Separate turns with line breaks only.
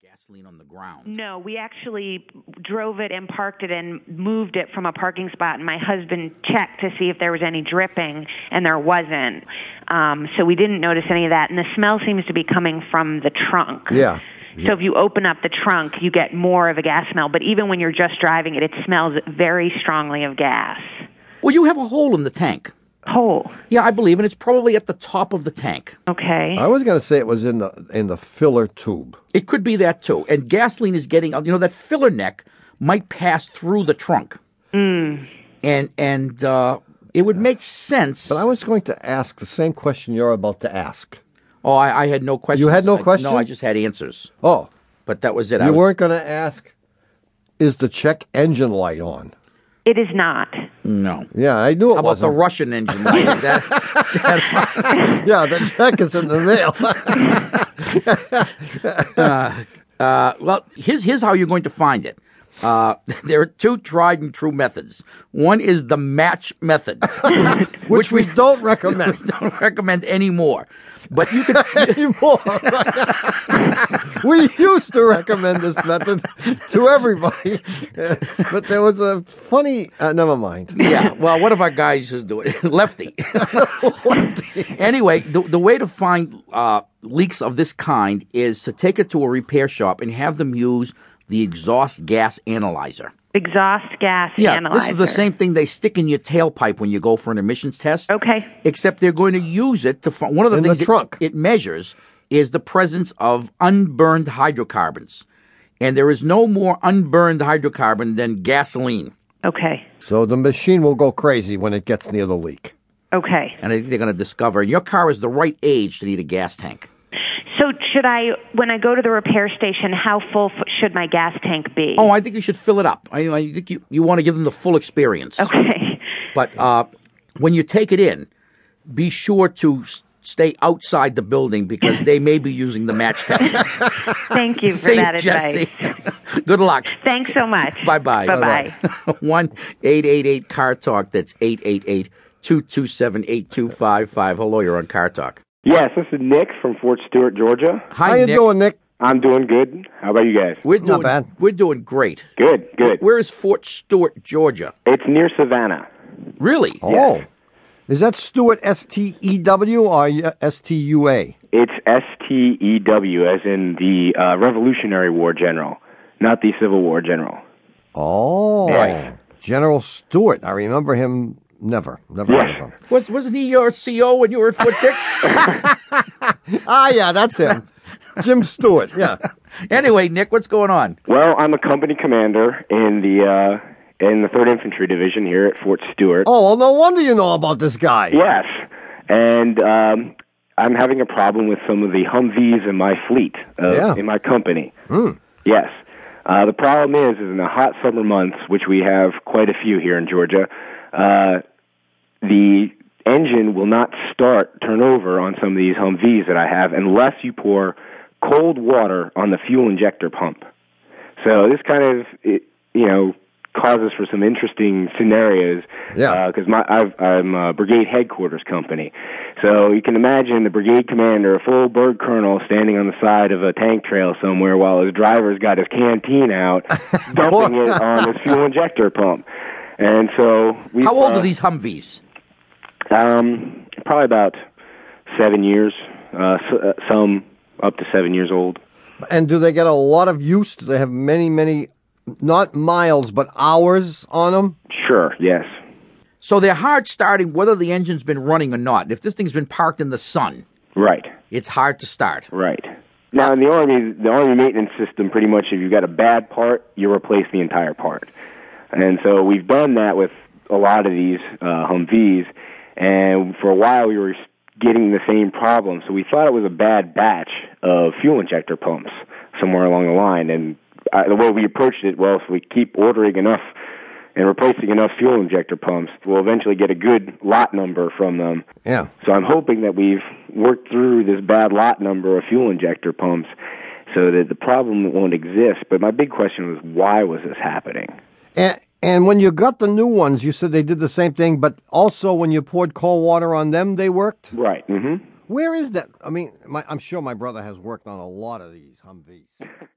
gasoline on the ground.
No, we actually drove it and parked it and moved it from a parking spot, and my husband checked to see if there was any dripping, and there wasn't. Um, so we didn't notice any of that, and the smell seems to be coming from the trunk.
Yeah.
So if you open up the trunk, you get more of a gas smell. But even when you're just driving it, it smells very strongly of gas. Oh,
Well, you have a hole in the tank.
Hole.
Yeah, I believe, and it's probably at the top of the tank.
Okay.
Uh,
I was going to say it was in the in the filler tube.
It could be that too. And gasoline is getting, you know, that filler neck might pass through the trunk. And and uh, it would make sense.
But I was going to ask the same question you're about to ask.
oh, I, I had no questions.
You had no
I-
question?
No, I just had answers.
Oh,
But that was it. I
you
was-
weren't going to ask. Is the check engine light on?
It is not.
No.
Yeah, I knew it
How about the
wasn't.
Russian engine light? Is that, is that-
yeah, the check is in the mail.
uh, well, here's, here's how you're going to find it. Uh, there are two tried and true methods. One is the match method, which,
which we don't recommend
don't recommend anymore. But you could
anymore. we used to recommend this method to everybody, but there was a funny. Uh, never mind.
yeah. Well, one of our guys is doing it. Lefty. anyway, the, the way to find uh, leaks of this kind is to take it to a repair shop and have them use the exhaust gas analyzer.
Exhaust gas
Yeah,
analyzer.
this is the same thing they stick in your tailpipe when you go for an emissions test.
Okay.
Except they're going to use it to find one of the
In the
things it-
trunk.
It, measures is the presence of unburned hydrocarbons. And there is no more unburned hydrocarbon than gasoline.
Okay.
So the machine will go crazy when it gets near the leak.
Okay.
and I think they're going to discover. Your car is the right age to need a gas tank.
So should I, when I go to the repair station, how full f- should my gas tank be?
Oh, I think you should fill it up. I, I think you, you want to give them the full experience.
Okay.
But uh, when you take it in, be sure to s- stay outside the building because they may be using the match test.
Thank you for
See,
that
Jesse.
advice.
Good luck.
Thanks so much.
Bye bye.
Bye bye.
One eight eight eight Car Talk. That's 888 227 8255. Hello, you're on Car Talk.
Yes, this is Nick from Fort Stewart, Georgia.
Hi,
How you
Nick.
doing, Nick?
I'm doing good. How about you guys?
We're
Not
doing,
bad.
We're doing great.
Good, good.
Where is Fort Stewart, Georgia?
It's near Savannah.
Really?
Oh, is that Stewart S T E W or S T U A?
It's S T E W, as in the uh, Revolutionary War general, not the Civil War general.
Oh,
Right.
General Stewart. I remember him. Never, never heard of him.
Was wasn't he your CO when you were at Foot Dix?
Ah, yeah, that's him. Jim Stewart. Yeah.
anyway, Nick, what's going on?
Well, I'm a company commander in the uh, in the Third Infantry Division here at Fort Stewart.
Oh, well, no wonder you know about this guy.
Yes, and um, I'm having a problem with some of the Humvees in my fleet, uh,
Yeah.
in my company. Yes. Uh, the problem is, is in the hot summer months, which we have quite a few here in Georgia, uh, the engine will not start turn over on some of these Humvees that I have unless you pour cold water on the fuel injector pump. So this kind of it, you know causes for some interesting scenarios.
Yeah.
Because my I've, I'm a brigade headquarters company, so you can imagine the brigade commander, a full bird colonel, standing on the side of a tank trail somewhere while his driver's got his canteen out, dumping it on his fuel injector pump. And so we.
How old
uh,
are these Humvees?
Um, probably about seven years. Uh, s- uh, some up to seven years old.
And do they get a lot of use? Do they have many, many, not miles, but hours on them?
Sure. Yes.
So they're hard starting whether the engine's been running or not. And if this thing's been parked in the sun,
Right.
it's hard to start.
Right. Now in the army, the army maintenance system pretty much if you've got a bad part, you replace the entire part. And so we've done that with a lot of these uh, Humvees, and for a while we were getting the same problem. So we thought it was a bad batch of fuel injector pumps somewhere along the line. And uh, the way we approached it, well, if we keep ordering enough and replacing enough fuel injector pumps, we'll eventually get a good lot number from them.
Yeah.
So I'm hoping that we've worked through this bad lot number of fuel injector pumps so that the problem won't exist. But my big question was why was this happening?
And, and when you got the new ones, you said they did the same thing, but also when you poured cold water on them, they worked?
Right. Mm-hmm.
Where is that? I mean, my, I'm sure my brother has worked on a lot of these Humvees.